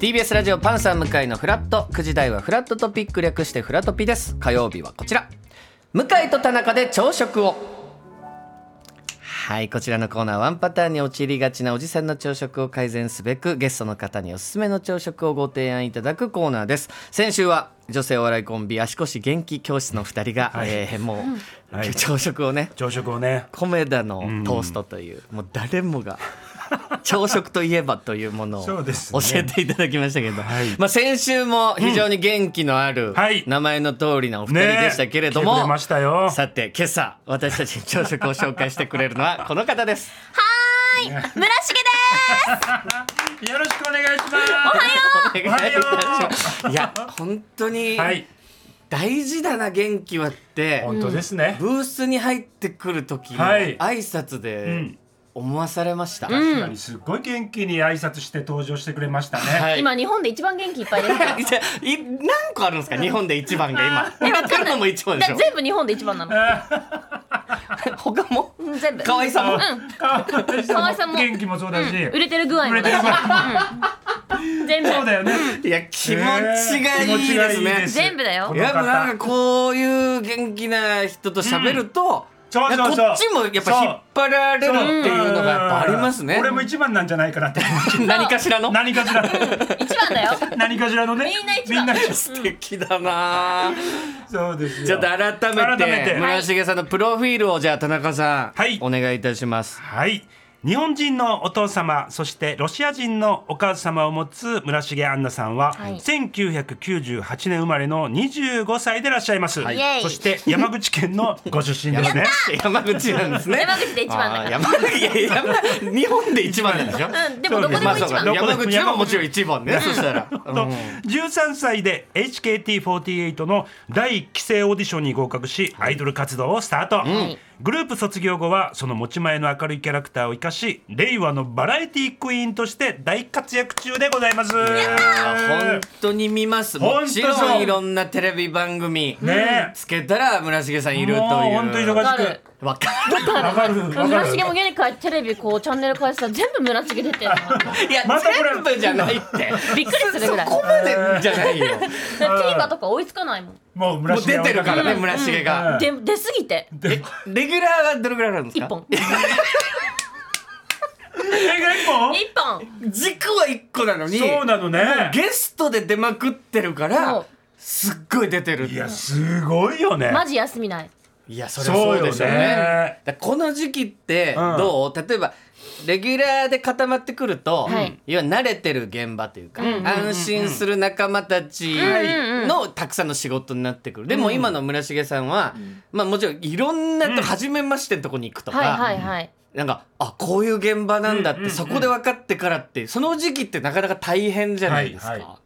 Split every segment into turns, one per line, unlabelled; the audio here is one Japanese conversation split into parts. TBS ラジオパンサー向井のフラット9時台はフラットトピック略してフラトピです火曜日はこちら向井と田中で朝食をはいこちらのコーナーワンパターンに陥りがちなおじさんの朝食を改善すべくゲストの方におすすめの朝食をご提案いただくコーナーです先週は女性お笑いコンビ足腰元気教室の2人が、えーもう、
はい
朝食をね
朝食をね
コメダのトーストという、もう誰もが 朝食といえばというものを
そ
教
うですね
えていただきましたけど、
はい
まあ、先週も非常に元気のある、
はい
名前の通りのお二人
ねえ
でしたけれど
来てく
も、
れましたよ
さて今朝私たちに朝食を紹介してくれるのはこの方です。
はーい、村重です。
よろしくお願いします
お願いいたしますいや本当に
はい
大事だな元気はって、
本当ですね、
ブースに入ってくる時の
はい
挨拶で
ん
思わされました。
確かにすごい元気に挨拶して登場してくれましたね、
はい
今日本で一番元気いっぱいですから。
じゃあ い何個あるんですか日本で一番が今今取るのも一番でし
だ
ょ
全部日本で一番なの。
他も
うん全部。
可愛さも
うん。
河
河
合
合さんも
元気もそうだし、
売れてる具合もだし。うん全部。
そうだよね、
いや気持ちがいい
気持ちが
で
い
す
い
ね
で、す
全部だよ
この
やっぱ
方
なんかこういう元気な人と喋ると、
そうそうそう
こっちもやっぱ引っ張られるっていうのがやっぱありますね
俺も一番なんじゃないかなって気持ち
何かしらの
何かしら
一番だよ。
何かしらのね
みんな一番
一緒
素敵だなあ
そうですよ
ちょっと改め
改め
て
て
村重さんのプロフィールをじゃあ田中さん、
はい
お願いいたします
はい日本人のお父様そしてロシア人のお母様を持つ村重杏奈さんは、
はい
1998年生まれの25歳でいらっしゃいます、
いイエイ
そして山口県のご出身ですね
山口なんですね
山口で一番だ
あ
か
ー
ら。
山口いや山日本で一番なんでしょ
うんでもどこで
ま
も
あ
一
そうか
番。
山口はもちろん一番ねそしたらうん
と13歳で HKT48 の第1期生オーディションに合格しアイドル活動をスタート、
ん
グループ卒業後はその持ち前の明るいキャラクターを生かし令和のバラエティクイーンとして大活躍中でございます
本当に見ますも
本当
ち
そう
ろんいろんなテレビ番組
ねえ
つけたら村重さんいるという
もう本当に忙し
わかる
わか
わかるわかる
村重も家に帰ってテレビこうチャンネル変えてたら全部村重出 てるの。
るいや
またこれ
全部じゃないって
びっくりするぐらい
そ。こまでじゃないよ
だから TVer とか追いつかないもん。
もう村
もう
重
出てるからね
うん
村重が
で出すぎて
えレギュラーはどれぐらいあるんです
一
か
本
えが一本
一本。
軸は一個なのに
そうなのね
ゲストで出まくってるか
そ
ら
う
すっごい出てるって
いうやすごいよね
マジ休みない。
いやそれはそうでしょうね
そうよね
だからこの時期って
うん
どう、例えばレギュラーで固まってくると、
はい
要は慣れてる現場というか、
うんうんうんうん
安心する仲間たち
んうん
のたくさんの仕事になってくるでも今の村重さんは、まあ、もちろんいろんなと初めましてのとこに行くとか、
はいはいはい。
なんかあこういう現場なんだって、
うんうんうん
そこで分かってからってその時期ってなかなか大変じゃないですか。
はいは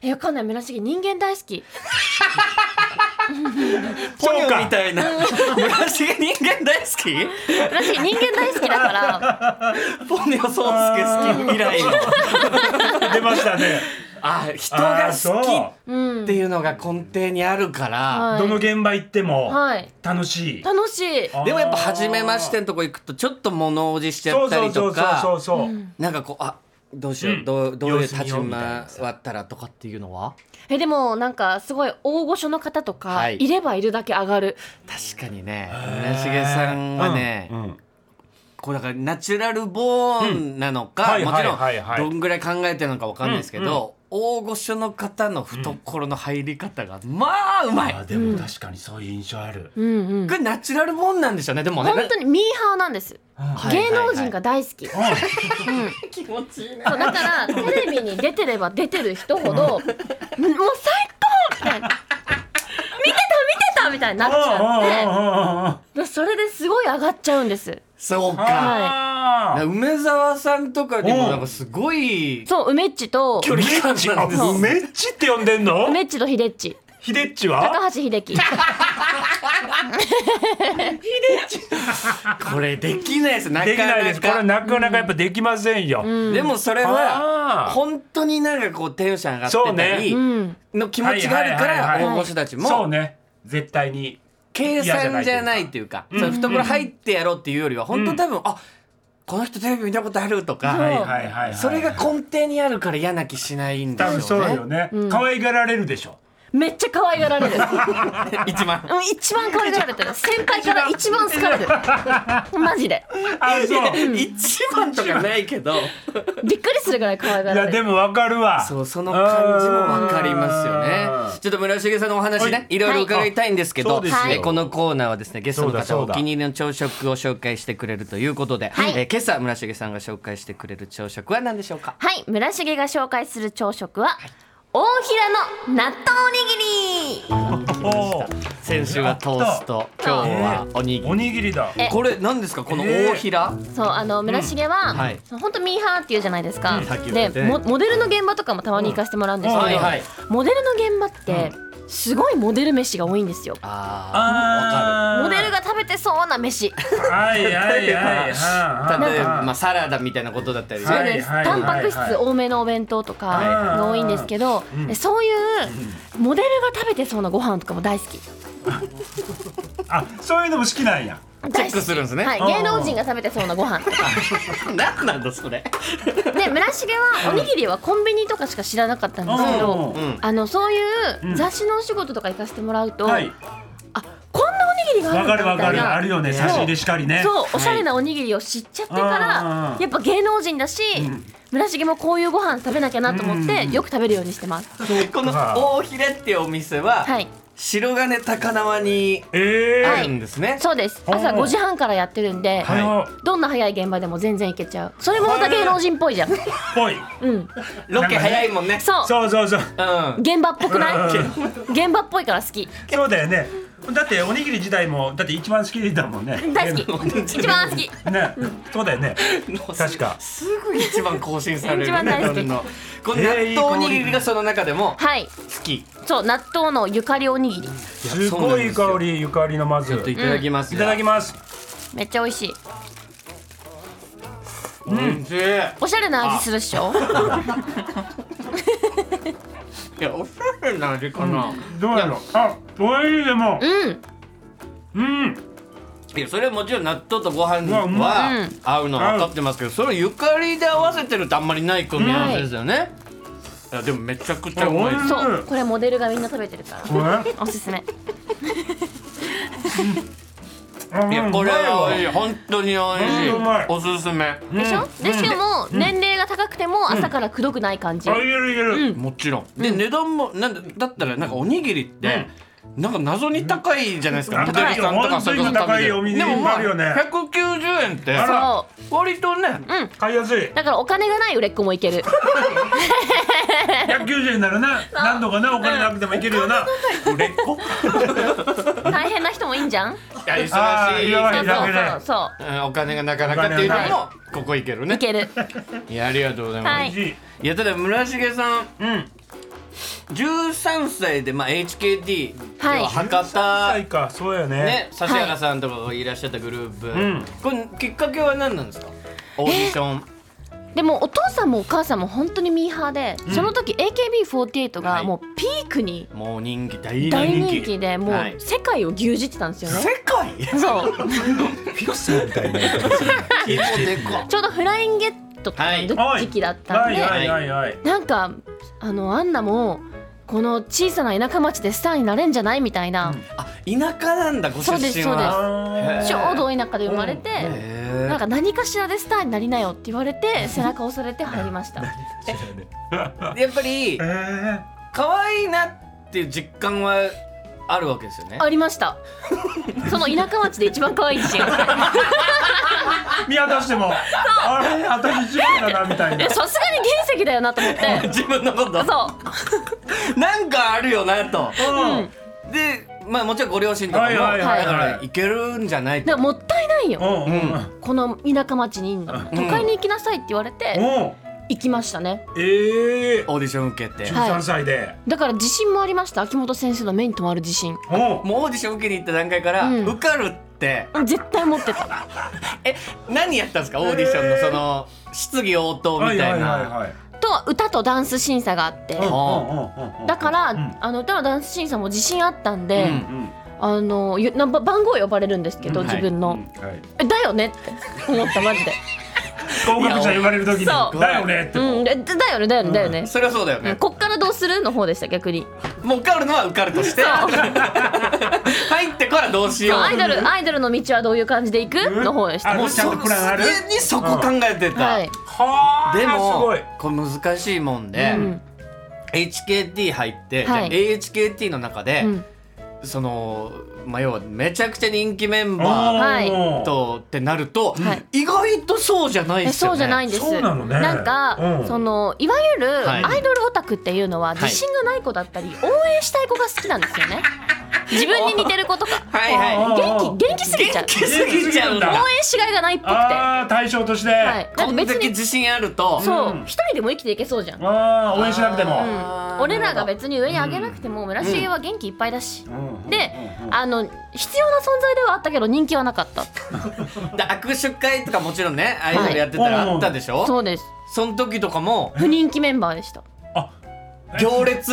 えわかんない村重人間大好き。
ポニ
そうか
ョみたいな 村重人間大好き
村重人間大好きだ から。
ポニョソースケ好き以来の。
出ましたね
あ 人が
あーそ
好
う
うん
きって。いうのが根底にあるから、
はい
どの現場行っても
はい。
楽しい
楽しい。
あー
でもやっぱ初めましてのとこ行くとちょっと物おじしちゃったりと
そ
か
うそうそうそうそう、
なんかこうあどうしよう、
うん
どうどういう立ち
様子見ようみたいな
回ったらとかっていうのは
えでもなんかすごい大御所の方と
は
か
い
いればいるだけ上がる。
確かにね村重さんはね、
うんうん
こうだからナチュラルボーンなのか、
うん
もちろ
はいはいはいはい
んどんぐらい考えてるのかわかんないですけど、大御所の方の懐の入り方がまあうまい、
あでも確かにそういう印象ある、
うんうん
こ。れナチュラルボーンなんでしょうねでもね
本当にミーハーなんです。
はい
芸能人が大好き。
うん
気持ちいいな
そうだからテレビに出てれば出てる人ほど、もう最高みたいな。見てた見てたみたいになっちゃってでそれですごい上がっちゃうんです
そうか、
あ
梅沢さんとかでも
うん
なんかすごい
そう梅っちと
距離感な
あ
んですよ
梅っちって呼んでんの
梅っちと秀っち
ひでっちは
高橋秀樹
これできないですなか
できないですこれ
なか
なかなかやっぱできませんよ、
でもそれは
あー
本当になんかこうテンション上がってたり
うん
の気持ちがあるか
はいはいはい
ら
はい
大御所たち
そう
も
ね絶対に
計算じゃないっていうかその懐入ってやろうっていうよりは本当多分あこの人テレビ見たことあるとか、
そう
はいはいはいはい
それが根底にあるから嫌な気しないんで
多分
しょ
そうう
ね
よね可愛がられるでしょ
めっちゃ可愛がられる
一番
うん一番可愛がられてる先輩から一番好かれて るマジで
あ そう
一番とかないけど
びっくりするぐらい可愛が
い
ら
や
れ
で
てる
もわかるわ
そうその感じもわかりますよ
うん
ねちょっと村重さんのお話
はい
ねいろいろ伺いたいんですけ
そ
ど
うですよ
えこのコーナーはですねゲストの
そうだ
方
そ
が
う
お
だ
気に入りの朝食を紹介してくれるということで
はい
え今朝村重さんが紹介してくれる朝食は何でしょうか
はい村重が紹介する朝食は大平の納豆おにぎり
おー
先週はトースト今日はおにぎり
おにぎりだ
え
これ何ですかこの大平
そうあの村重は、
はい
そのほんとミーハーっていうじゃないですか、
うんさっき言ってた
で
ね
モモデルの現場とかもたまに行かせてもらうんですけど、
うんはいはい
モデルの現場って、すごいモデル飯が多いんですよ
あ
ー
モデルが食べてそうな飯
はいはいはい
ーわかる例えばま
は
あサラダみたいなことだったり
は
そう
い
ね
です、
はい
タンパク質
はい
多めのお弁当と
はいはい
かが多いんですけど、
うん
えそういうモデルが食べてそうなご飯とかも大好き
いあそういうのも好きなんや
チェックするんですね
はい、
あー
芸能人が食べてそうなご飯とか
何なんだそれ
で村重はおにぎりはコンビニとかしか知らなかったんですけど、
うん
うん
あのそうい
ん
う雑誌のお仕事とか行かせてもらうと、
はい
あこんなおにぎりがあ
わ
るん
か
だ
るわか
みた
る
いな
あるよね
そう
差し入れしかりね
そうおしゃれなおにぎりを知っちゃってから、
あー
やっぱ芸能人だし、村重もこういうご飯食べなきゃなと思って、
うん
よく食べるようにしてます、
この大ひれっていうお店は、
はい
白金高輪に
え
あ
は
え
い
るんですね、
そうです
あー
朝5時半からやってるんで、
はい
どんな早い現場でも全然行けちゃうそれもまた芸能人っぽいじゃん、
ぽい
うん
ロケ早いもんね
そう
そうそうそう
うん
現場っぽくない
うん
現場っぽいから好き
そうだよねだっておにぎり自体もだって一番好きだもんね
大好き一番好き
ねそうだよね確か
すぐ一番更新される、ね、
一番大好き
どんどんこの納
えーいい
豆おにぎりがその中でも
はい
好き
そう納豆のゆかりおにぎり
すごいいい香りゆかりのまず
ちょっといただきます
い
よ、
ただきます
めっちゃ美味しい
うんおいしい
おしゃれな味するっしょ
いやおしゃれな味かな、
どうやろうあおいしいでも
うん
うん
いやそれはもちろん納豆とご飯
うわうま
は合うのは分かってますけどそれをゆかりで合わせてるってあんまりない組み合わせですよね、い、やでもめちゃくちゃうまいです
うん
そうこれモデルがみんな食べてるから
これ
おすすめ
あ
いやこれは美味しい本当に美味しい、
うんうまい
おすすめ
うん
でしょ、でしか
うん
も年齢が高くても朝からくどくない感じ、
あいけるいける
もちろんで、値段もなんだだったらなんかおにぎりって、なんか謎に高いじゃないですか。
高いよ
ホテルさんとかそれこそ食べて
本当に高いおにぎり
でもま
あ
あ
るよね
190円って
あら
そ
割とね、
買いやすいう
だからお金がない売れっ子もいける
190円ならな何度かなお金なくてもいけるよな
売れっ子。
大変な人もいいんじゃん
いや
あ
忙
ー
しい。
忙
そ
しい
う
けど
だけで
そうそう
うんお金がなかなかっていうのもここいける
そう
ね
い。ける
いやありがとうございます。
はい
美味しい
いやただ村重さん
うん
13歳でまあ HKT
はい
要は博多
高いかそうや
ね
ね
指原さんとかがいらっしゃったグループ、
ん
これきっかけは何なんですかオーディション、
でもお父さんもお母さんも本当にミーハーで、その時 AKB48
は
が
い
もうピークに
もう人気大人気
大人気でも
はいう
世界を牛耳ってたんですよね、
世界
そう
ピクセルみたいなやつ
規模でか
ちょうどフラインゲットとかの
はい
時期だった
は
ん
い
で、
はいはいはい
なんかあのアンナもこの小さな田舎町でスターになれんじゃないみたいな、
あ田舎なんだご出身は
そうですそうです
あ
ちょうど田舎で生まれて、
へー
なんか何かしらでスターになりなよって言われて背中を押されて入りました
やっぱり
ーえ
可愛いなっていう実感はあるわけですよね
あり ましたその田舎町で一番可愛い自信
ー見渡してもあれ私自分だなみたい な
えさすがに原石だよなと思って
自分のこと
そう
なんかあるよなと
うん
でまあもちろんご両親とかも、
はいはい
はいはい
だからいけるんじゃない
でももったいないよ
うんうん
この田舎町にいんの都会に行きなさいって言われて
うん
行きましたね
ええ
オーディション受けて、
はい
13歳で
だから自信もありました秋元先生の目に留まる自信
お
もうオーディション受けに行った段階から、
うん
受かるって
絶対持ってた
え何やったんですかオーディションのその質疑応答みたいな、
はい
と歌とダンス審査があって
うん
だから、
うん
あの歌のダンス審査も自信あったんで、
うん
うん
あのゆなば番号呼ばれるんですけど、
うん
自分の、
はい
えだよねって思ったマジで
合格者言われる時に
そ
だ
う
よねって、
うん、でだよねだよねだよね、
それはそうだよ
うん
ね、
こっからどうするの方でした逆に
もう受かるのは受かるとして 入ってからどうしよう
アイドルアイドルの道はどういう感じでいく
うん
の方でした
あ
は
もう
ちゃんとプランある
そにそこ考えてた、
い
はあ
でも
すごい
これ難しいもんで、
うん
HKT 入って、じゃあ
はい
AHKT の中で、
うん
その、まあ、要はめちゃくちゃ人気メン
おー
バ
はい
ーとってなると、
はい
意外とそうじゃない
え
ですよね。
そうじゃないんです
そうなのね
なんか、
うん
そのいわゆる
はい
アイドルオタクっていうのは自信がない子だったり、応援したい子が好きなんですよ ね自分に似てる子とか
はいはい
あー
元気元気すぎちゃう
元気すぎちゃうん
応
だ。
援しがいがないっぽくては
ああ対象として、
いだっ
こ
て
んだ
別
け
に
自信あると。
そう
うん
一人でも生きていけそうじゃん、うん、
ああ応援しなくても、
あー
俺らが別に上に上げなくても村重は元気いっぱいだし、
うん
で
うんうん
あの必要な存在ではあったけど人気はなかった
だ握手会とかもちろんね、アイドルやってたらあったでしょ、
そうです
その時とかも、
不人気メンバーでした
行列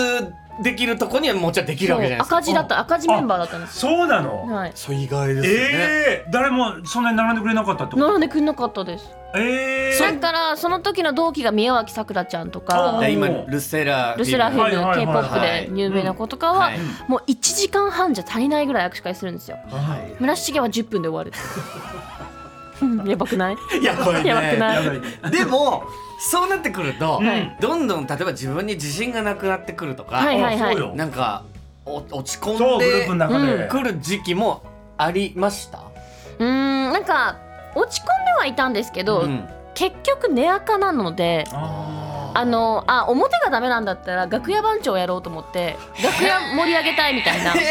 できるとこにはもちろんできるわ
そう
けじゃないですか。
赤字だった赤字メンバーだったんです
そうなの、
はい
そう、意外で
ええー、誰もそんなに並んでくれなかったってこと
並んでくんなかったです
ええ
だ
ー、
からその時の同期が宮脇さくらちゃんと
あ
か
ー
で今、ルセラ
ルセラフ
はいはい
ェム
はい
k p
はい
o p で有名な子とかは
はい
もう1時間半じゃ足りないぐらい握手会するんですよ
は
村重は10分で終わる うんやばくない
い。やばいね。
やばくない
やばいね
でもそうなってくると、
うん
どんどん例えば自分に自信がなくなってくるとか、
はいはいはい
あそうよ
なんかお落ち込ん
そうグルー
で
プの中で、
くる時期もありました。
うーんなんか落ち込んではいたんですけど、
ん、
結局根垢なので
あ
あのあ表がダメなんだったら楽屋番長やろうと思って楽屋盛り上げたいみた いな
へ
ー
え。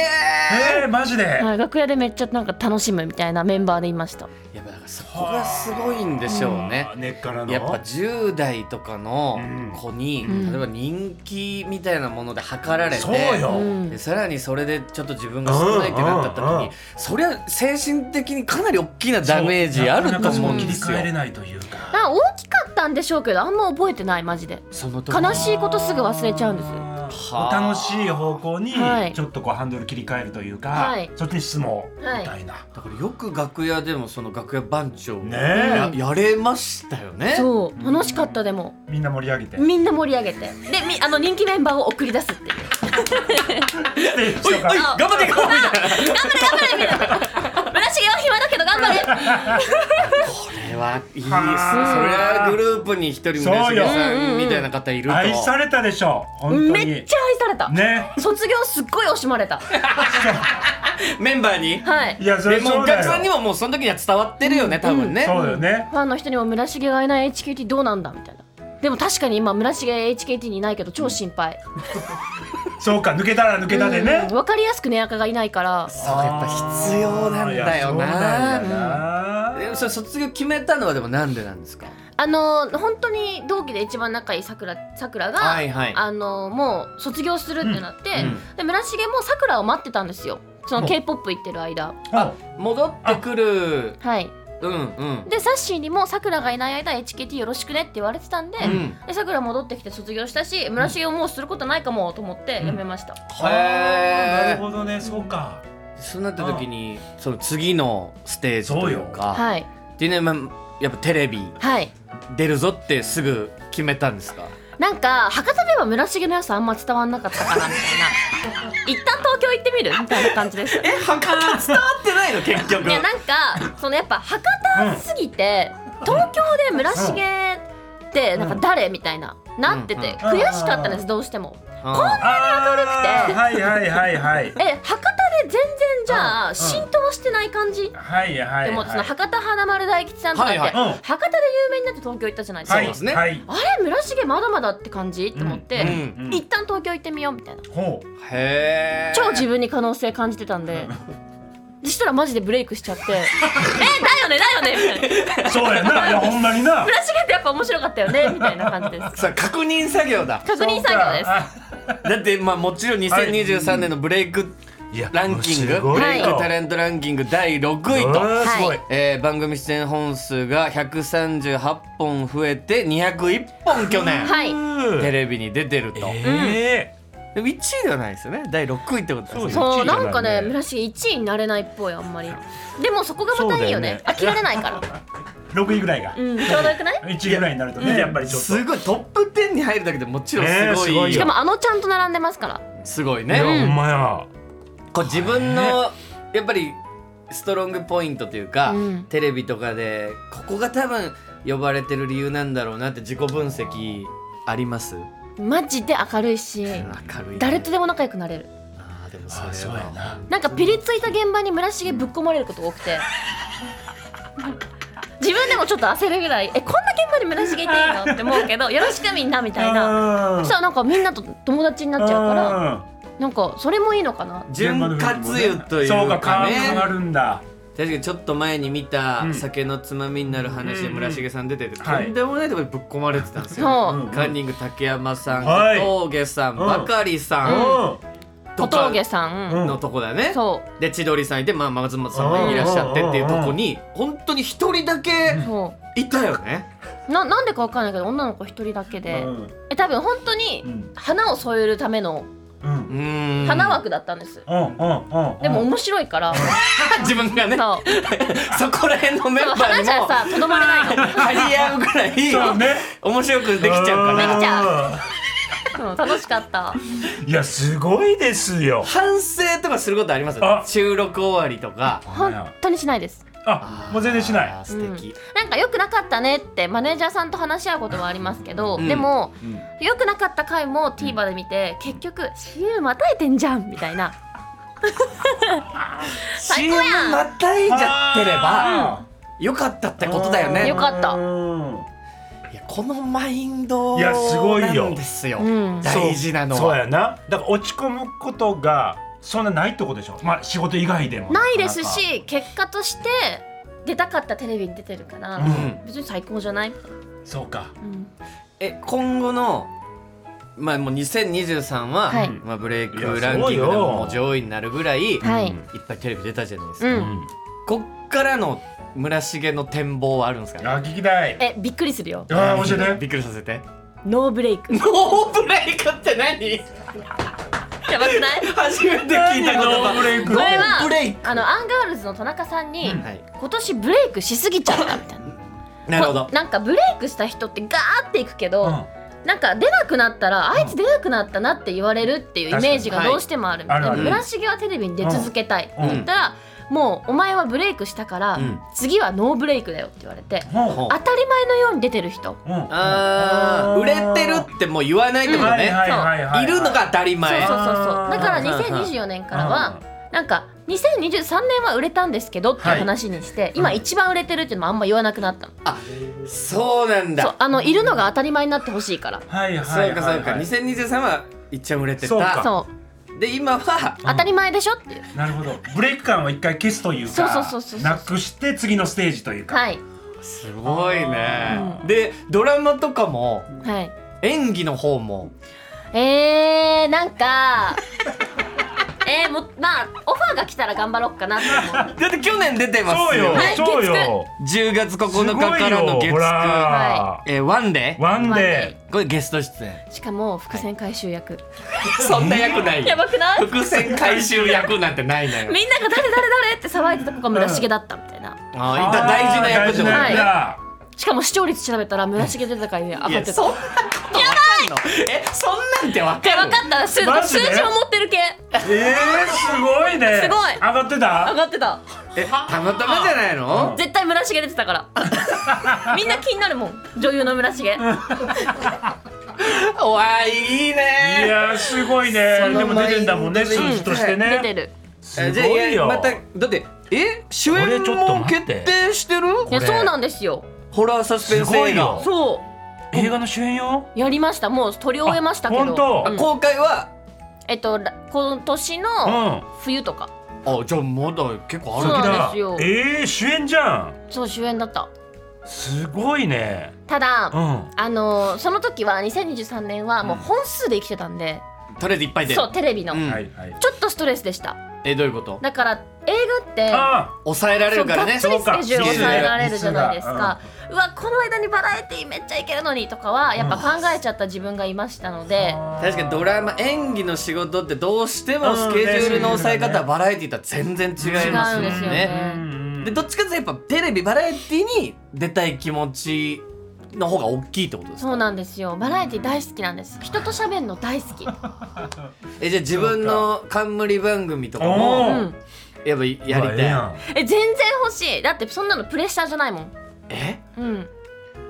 えー、マジで、
はい楽屋でめっちゃなんか楽しむみたいなメンバーでいました
やっぱだからそこがすごいんでしょうね
あ。ー根っからの
やっぱ10代とかの子に、
うん
例えば人気みたいなもので測られて、
そうよ、
うん
でさらにそれでちょっと自分が少ないってなった時
うんうんう
に
ん
そりゃ精神的にかなり大きなダメージあると思うんです
なかなかそこ切り替え
よ
れないというか
なんか大きかったんでしょうけどあんま覚えてないマジで
その時
悲しいことすぐ忘れちゃうんです
すお楽しい方向に
はい
ちょっとこうハンドル切り替えるというか、
はい
そっちに進もうみたいな、
だからよく楽屋でもその楽屋番長
ね
や,、
え、
やれましたよね
そう楽しかったでも
みんな盛り上げて
みんな盛り上げてでみあの人気メンバーを送り出すって いう
おい頑張っていこうみたいな
ステージとか
頑張れ頑張れみたいな村重は暇だけど頑張れ
これはいいそれ
はあ
はグループに一人
そう
村
よ
重さんみたいな方いると
愛されたでしょ本当に
めっちゃ愛された、
ね
卒業すっごい惜しまれた
メンバーに
はい
いやそ
で
れ
も
そ
お
うだ
客
よ
さんにももうその時には伝わってるよね多分ね、
そうだよね、
ファンの人にも村重がいない HKT どうなんだみたいなでも確かに今村重 HKT にいないけど超心配、
そうか抜けたら抜けたでね、
うん分かりやすく根垢がいないから
そうやっぱ必要なんだよ
あーいやそうなんだよ
な
な
えそれ卒業決めたのはでもなんでなんですか
あの本当に同期で一番仲いいさくらさくらが、
はいはい
あのもう卒業するってなって、
うんうん
で村重もさくらを待ってたんですよその k p o p 行ってる間
あ
戻ってくる
はい
うんうん
でさっしーにもさくらがいない間 HKT よろしくねって言われてたんで
うん
でさくら戻ってきて卒業したし村重ももうすることないかもと思ってやめました、
へ
なる
え
ほどねそうか
そうなった時にその次のステージというか
はい
っていうのはまあやっぱテレビ
はい
出るぞってすぐ決めたんですか
なんか博多では村重の良さあんま伝わんなかったかなみたいな 一旦東京行ってみるみたいな感じでした
え博多伝わってないの結局
いやなんかそのやっぱ博多すぎて、東京で村重ってなんか誰、みたいななってて、
うんうん
悔しかったんですどうしても。
あ
あーはいはいはいはい
え博多で全然じゃ
う
あ
ん
浸透してない感じ、
はいはい
でもその博多華丸大吉さんとかって、
はい
はいうん
博多で有名になって東京行ったじゃないですか、
そ
は
う
い
ですね
はい
あれ村重まだまだって感じと思って、
うん
うん
一旦東京行ってみようみたいな
ほ
へえ
超自分に可能性感じてたんで。そしたらマジでブレイクし ちゃって「えだよねだよね」みたいな
うそうや ないやほんまにな
「村重ってやっぱ面白かったよ ね」みたいな感じです
さあ確認作業だ
確認作業です。
だってまあもちろん2023年のブレイクランキング、
すご
ブ
いよ
レイクタレントランキング第6位と、
うんすご
はいい
えー番組出演本数が138本増えて201本去年、
はい。
テレビに出てると、
え
でも1位ではないですよね第6位ってことですよね
そう一
そう
位じゃ
な
ない
んかね
ね
村重1位になれないっぽいあんまりでもそこがまたいいよね
そう
諦めないから
6位ぐらいが
うん、ちょうどよくない
1位ぐらいになるとねやっぱりちょっと
すごいトップ10に入るだけでもちろんすごい,、
ねえすごい
しか
よ
もあのちゃんと並んでますから
すごい
い
ね、
やほんまや
こう自分のやっぱりストロングポイントというか、
うん
テレビとかでここが多分呼ばれてる理由なんだろうなって自己分析あります
マジで明るいし
明るいね
誰とでも仲良くなれる
あーでも
あ
それは
な
なんかピリついた現場に村重ぶっ込まれることが多 くて自分でもちょっと焦るぐらいえこんな現場に村重いていいのって思うけどよろしくみんなみたいな
な
そしたらなんかみんなと友達になっちゃうから
ら
なんかそれもいいのかな
潤滑油という
そうか
か
感
ね
があるんだ
確かにちょっと前に見た
うん
酒のつまみになる話で村重さん出てて、と
はい
んでもないところにぶっ込まれてたんですよ、
そう、
うん
カンニング竹山さん、
はい
小峠さん、
うん
ばかり
う
さん
ん
と
小
か
峠さん、
うん
のとこだよね、
そ
で千鳥さんいて、まあ、松本さんもいらっしゃってっていうとこに本当に一人だけ
うそ
いたよね
うななんでかわかんないけど女の子一人だけで、
うん
え多分本当に
うん
花を添えるための
うん
うーん
花枠だったんです、
うんうんうん
でも面白いから、
自分がね
そう
そこら辺のメンバー
花
に
じゃ
も
さとどまれないの
張り合うぐら
そう
い
ね
面白くできちゃうから
できちゃ
う
うん楽しかった
んいやすごいですよ
反省とかすることあります
あ
収録終わりとか
本当にしないです
あもう全然しな
あー
い
素敵、
なんか良くなかったねってマネージャーさんと話し合うことはありますけど、
うん
でも
うん
良くなかった回も TVer で見て、結局 CM またいてんじゃんみたいな最高やん
CM またいじゃってれば
あ
よかったってことだよ
ー
ね
よかった
うん
いやこのマインド
いやすごいよ
なんですよ
うん
大事なのは
そうそうやなだから落ち込むことがそんなないってことでしょまあ仕事以外でも
ないですし結果として出たかったテレビに出てるから、
うん
別に最高じゃない、
そうか
うん
え今後のまあもう2023は、
はい
まあ、ブレイク
いやそうよ
ランキングでももう上位になるぐらいいっ
はい、
うん
ぱいテレビ出たじゃないですか、
うん、
こっからの村重の展望はあるんですかね
あ聞きたい
えびっくりするよ
あー教えて
びっくりさせて
ノーブレイク
ノーブレイクって何
やばくない
初めて聞いた言葉
何ノーブレイク
ノ
これ
ーブレイ
は
ク
あのアンガールズの田中さんに、
うん
はい
今年ブレイクしすぎちゃったみたいな
なるほど
こなんかブレイクした人ってガーっていくけど、
う
なんか出なくなったらあいつ出なくなったなって言われるっていうイメージがどうしてもあるみたい
確
な
かに
はい
村重はテレビに出続けたいって
ん
言ったら、もうお前はブレイクしたから、
うん
次はノーブレイクだよって言われて
ほう
ほ
当たり前のように出てる人
うんうん
あー売れてるってもう言わないってことね、
はいいはいはいはい
るのが当たり
そうそう
前
そう
あ
そう
ー
だから2024年からはなんか2023年は売れたんですけどっていう話にして、今一番売れてるっていうのもあんま言わなくなったの
そうなん
そう
だ
あのいるのが当たり前になってほしいから
はい
そう
はいはい
か
はい
そうか2023は一応売れて
そう
た
か
そう
で今は
当たり前でしょっていう
なるほどブレイク感を一回消すという
そう
か
そうそうそうそう
なくして次のステージというか
はい
すごいね
う。ん
でドラマとかも
はい
演技の方も
えー、なんか えー、もうまあオファーが来たら頑張ろうかなって思う
だって去年出てますよ。
そうよ
はい
そう
月
よ
10月
すご
9
いよ
日からの月
ほ
9
ら
えーワンデ
ワン
ワン
デ
デ
ーこれゲスト出演。
ー しかも伏線回収役、
そんな役ない
や
よ。
ばくない
伏線回収役なんてないのよ。
みんなが誰誰誰って騒いでた子が村重だったみたいな
あ
ー
ーいた大事な役じゃ
大
な
はい
いや。
事な役だ
しかも視聴率調べたら村重出たから上がっ
いや
てた
そんなことわかんの。えそんなんてわ
一回
か
分
る。
かった数
マジ
数
で
字を持ってる系
えーすごいね
すごい
上がって
上
た
がってた
えたまたまじゃないの？
絶対村重出てたから みんな気になるもん女優の村重
おわいい
い
ね。
やーすごいね
その
でも出てんだもんね
マインドで
数字として
出
ね
てる
す
えじゃあ
ご
い
い
や
よ
まただってえ主演
これちょっと
も
待っ
決
て
定してる？
いやそうなんですよ
ホラーサスペンス
すご
映
い
画
よ。
そ
映画の主演よ
うやりましたもう撮り終えましたけど
あ本当
う
あ
ん
公開は
えっとら今年
うん
の冬とか
あじゃあまだ結構
そう
ある
なん
だ
ですよ
えー主演じゃん
そう主演だった
すごいね
ただ、
うん
あのーその時は2023年はもう本数で生きてたんで、
とりあえずいっぱい出る
そうテレビの、
うん
はいはい
ちょっとストレスでした
えどういうこと
だから映画って
あ
抑えられる
そう
か
が
ら
っ
ね
つりスケジュール
そうか
抑えられるじゃないです
そうだ
か、うわこの間にバラエティーめっちゃいけるのにとかはやっぱ考えちゃった自分がいましたので、
確かにドラマ演技の仕事ってどうしてもスケジュールの抑え方はバラエティーとは全然違いますもん
違うんですよ
ね
ね
うんうん
でどっちかっていうとやっぱテレビバラエティに出たい気持ちの方が大きいってことですか
そうなんですよバラエティ大好きなんです人と喋るの大好き、う
えじゃあ自分の冠番組とか
お
も
ー
ん、
やっぱやりたい、
うわええやん
え全然欲しいだってそんなのプレッシャーじゃないもん
え
うん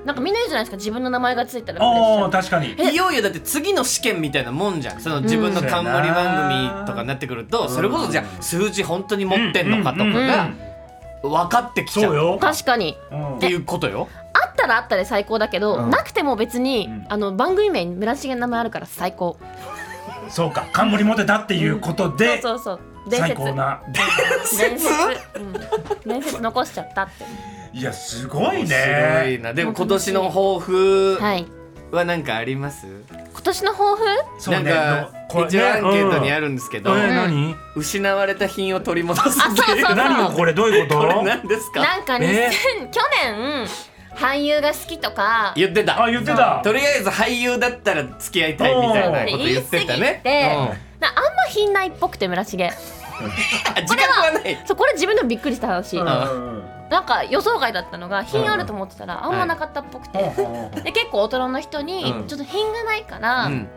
なんかみんな言うじゃないですか自分の名前がついたらプレッシ
お
ャ
ー
ー
確かに
いよいよだって次の試験みたいなもんじゃんその自分の冠番組とかになってくると、
ん
それこそじゃあ数字本当に持ってんのかとかが分かってきちゃ
そう
う
よ
確かに
うん
っていうことよ。
あったらあったで最高だけど、
うん
なくても別に、
うん
あの番組名に村重の名前あるから最高
そうか冠持てたっていうことで
そうそうそう伝
最
説
高な
伝説、うん、伝説残しちゃった って
いやすごい
面白い
ね
なでも今年の抱負
はい
は何かあります、
今年の抱負
そうね
なん
のこ
か
れ
一応アンケートにあ
る
るんですけ
え
ど、
ー何
失われた品を取り戻すっていう
あそうそ う
何をこれどういうこ
ことれ何ですか
なんか2000、
え
去年俳優が好きとか
言って
あ
た
言ってた
とりあえず俳優だったら付き合いたいみたいなこと言ってたね
うん
うん
言い過ぎなあんま品ないっぽくて村重
あ自覚はない
そうこれ自分でもびっくりした話、
うんうん
なんか予想外だったのが品あると思ってたらあんまなかったっぽくて、
うん
で結構大人の人に
うん
ちょっと品がないから、
うん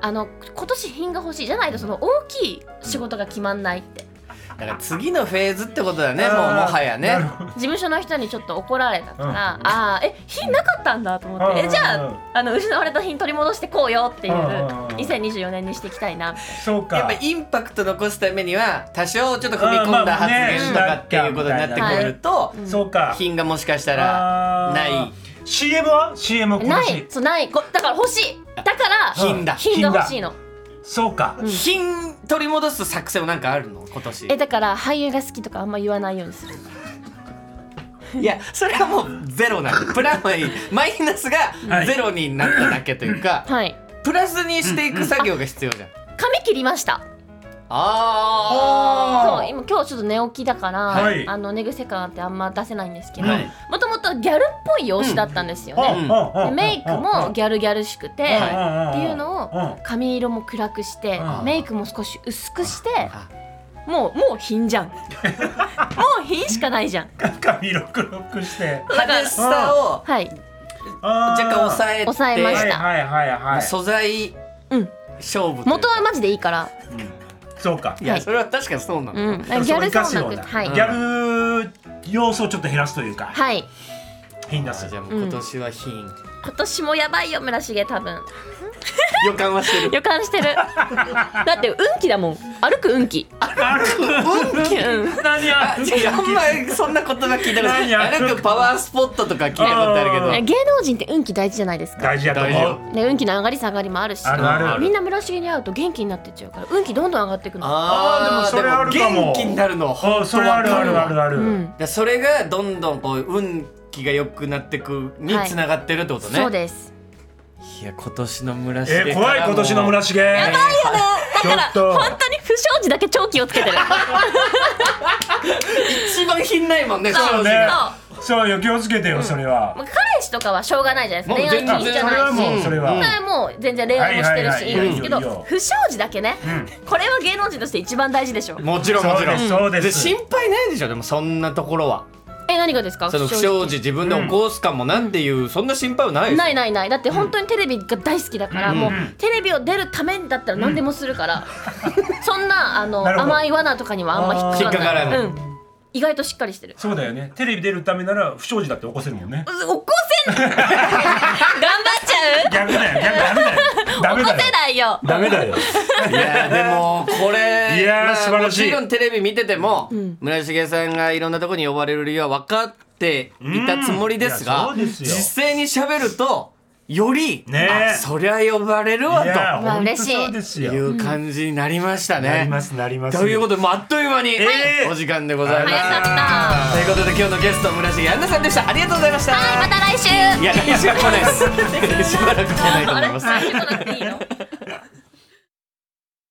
あの今年品が欲しいじゃないとその大きい仕事が決まんないって
だから次のフェーズってことだねもうも
あー
はや
な
ね
るほど
事務所の人にちょっと怒られたから、
うん
ああえ品なかったんだと思って、
う
え
ん
じゃ
うん
ああの失われた品取り戻してこうよっていう、
うんうん
2024年にしていきたいな
そうか
やっぱインパクト残すためには多少ちょっと踏み込んだ
あーまあ
発
ね
言とかっていうことになってくると
うん
そうか
品がもしかしたら
あー
ない
CM は ?CM 今
な
年
いそうないこだから欲しいだから
品だ
品が欲しいの
そうか、
うん
品取り戻す作戦はなんかあるの今年
えだから俳優が好きとかあんま言わないようにする
いやそれはもうゼロな のプラマイマイナスがゼロになっただけというか
はい
プラスにしていく作業が必要じゃん
髪切りました
あ
そう今今日ちょっと寝起きだから、
はい
あの寝癖感あってあんま出せないんですけど
はい
もともとギャルっぽい容姿だったんですよね、でメイクもギャルギャルしくて、
は
っていうの
うん
を髪色も暗くして
うん
メイクも少し薄くして
あ
もうもう品じゃんもう品しかないじゃん
髪色黒くして
激しさを
はい
若
若
干抑えて
抑えまし
はいはいはいはい、
素材
うん
勝負というか
元はマジでいいから
そうか
い
は
や
い
それは確かにそうなの、
うんギャル
か
感
すよう
な
な、
くはい
ギャル要素をちょっと減らすというか、
はい
品出
あ
す
じゃあもう今年は品、
今年もやばいよ村重多分
予感はしてる
予感して るだって運気だもん歩く運気
運気
うん
何や
いやあんまりそんな言葉聞いたことない
何や
なんかパワースポットとか聞いたことあるけど
あ
芸能人って運気大事じゃないですか
大事やと思う
ね運気の上がり下がりもあるし
あるある
みんな村重に会うと元気になってっちゃうから運気どんどん上がっていくの
あ
あー
ー
でもそれあるかも
で元気になるのは
あ
本当
それあるあるあ
る
るある、
うん
それがどんどんこう運気が良くなってくに
はい
つながってるってことね、
そうです
いや今年の村重
えー、怖い今年の村重やばい
だから
ちょっと
本当に不祥事だけ超気をつけてる
一番品ないもんね
そ
正直
よ
う
ねそうよ気をつけてよそれは、
まあ彼氏とかはしょうがないじゃないですか
もう
恋愛
全然
禁止じゃ
それは
な
い
し
もうそれは、
うん
それはもう全然恋愛もしてる
はいはいは
し
い
いいんですけ
いいよいいよ
ど不祥事だけねこれは芸能人として一番大事でしょ
もちろんもちろん
そうですそうです
心配ないでしょでもそんなところは
え何がですか
その不祥事自分で起こすかもなんていう、そんな心配はないでしょ
ないないないだって本当にテレビが大好きだから、もうテレビを出るためだったら何でもするから、そんなあの
なるほど
甘い罠とかにはあんま引っかからない
あー
うん、意外としっかりしてる
そうだよねテレビ出るためなら不祥事だって起こせるもんね
う起こせん 頑張っちゃう
逆だよ逆ダメ
起
だよダメだよダメだ
こせないよ
よ
いやでもこれ
いやー
まあ
素晴らしい
もちろんテレビ見てても、
ん
村重さんがいろんなとこに呼ばれる理由は分かっていたつもりですが
うんいやそうですよ
実際に喋るとより、
ねえ
あそりゃ呼ばれるわ
いや
まあ
本当
嬉しい
そうです
と
よ
いう感じになりました
な
ね
り。ますなります
ということでもうあっという間に
えー
お時間でございます。
早かった
ということで今日のゲスト村重杏奈さんでしたありがとうございました。
はいまた来 週
いや来週は来ないです。しばらく来ないと思います。
あれ来週来なくていいの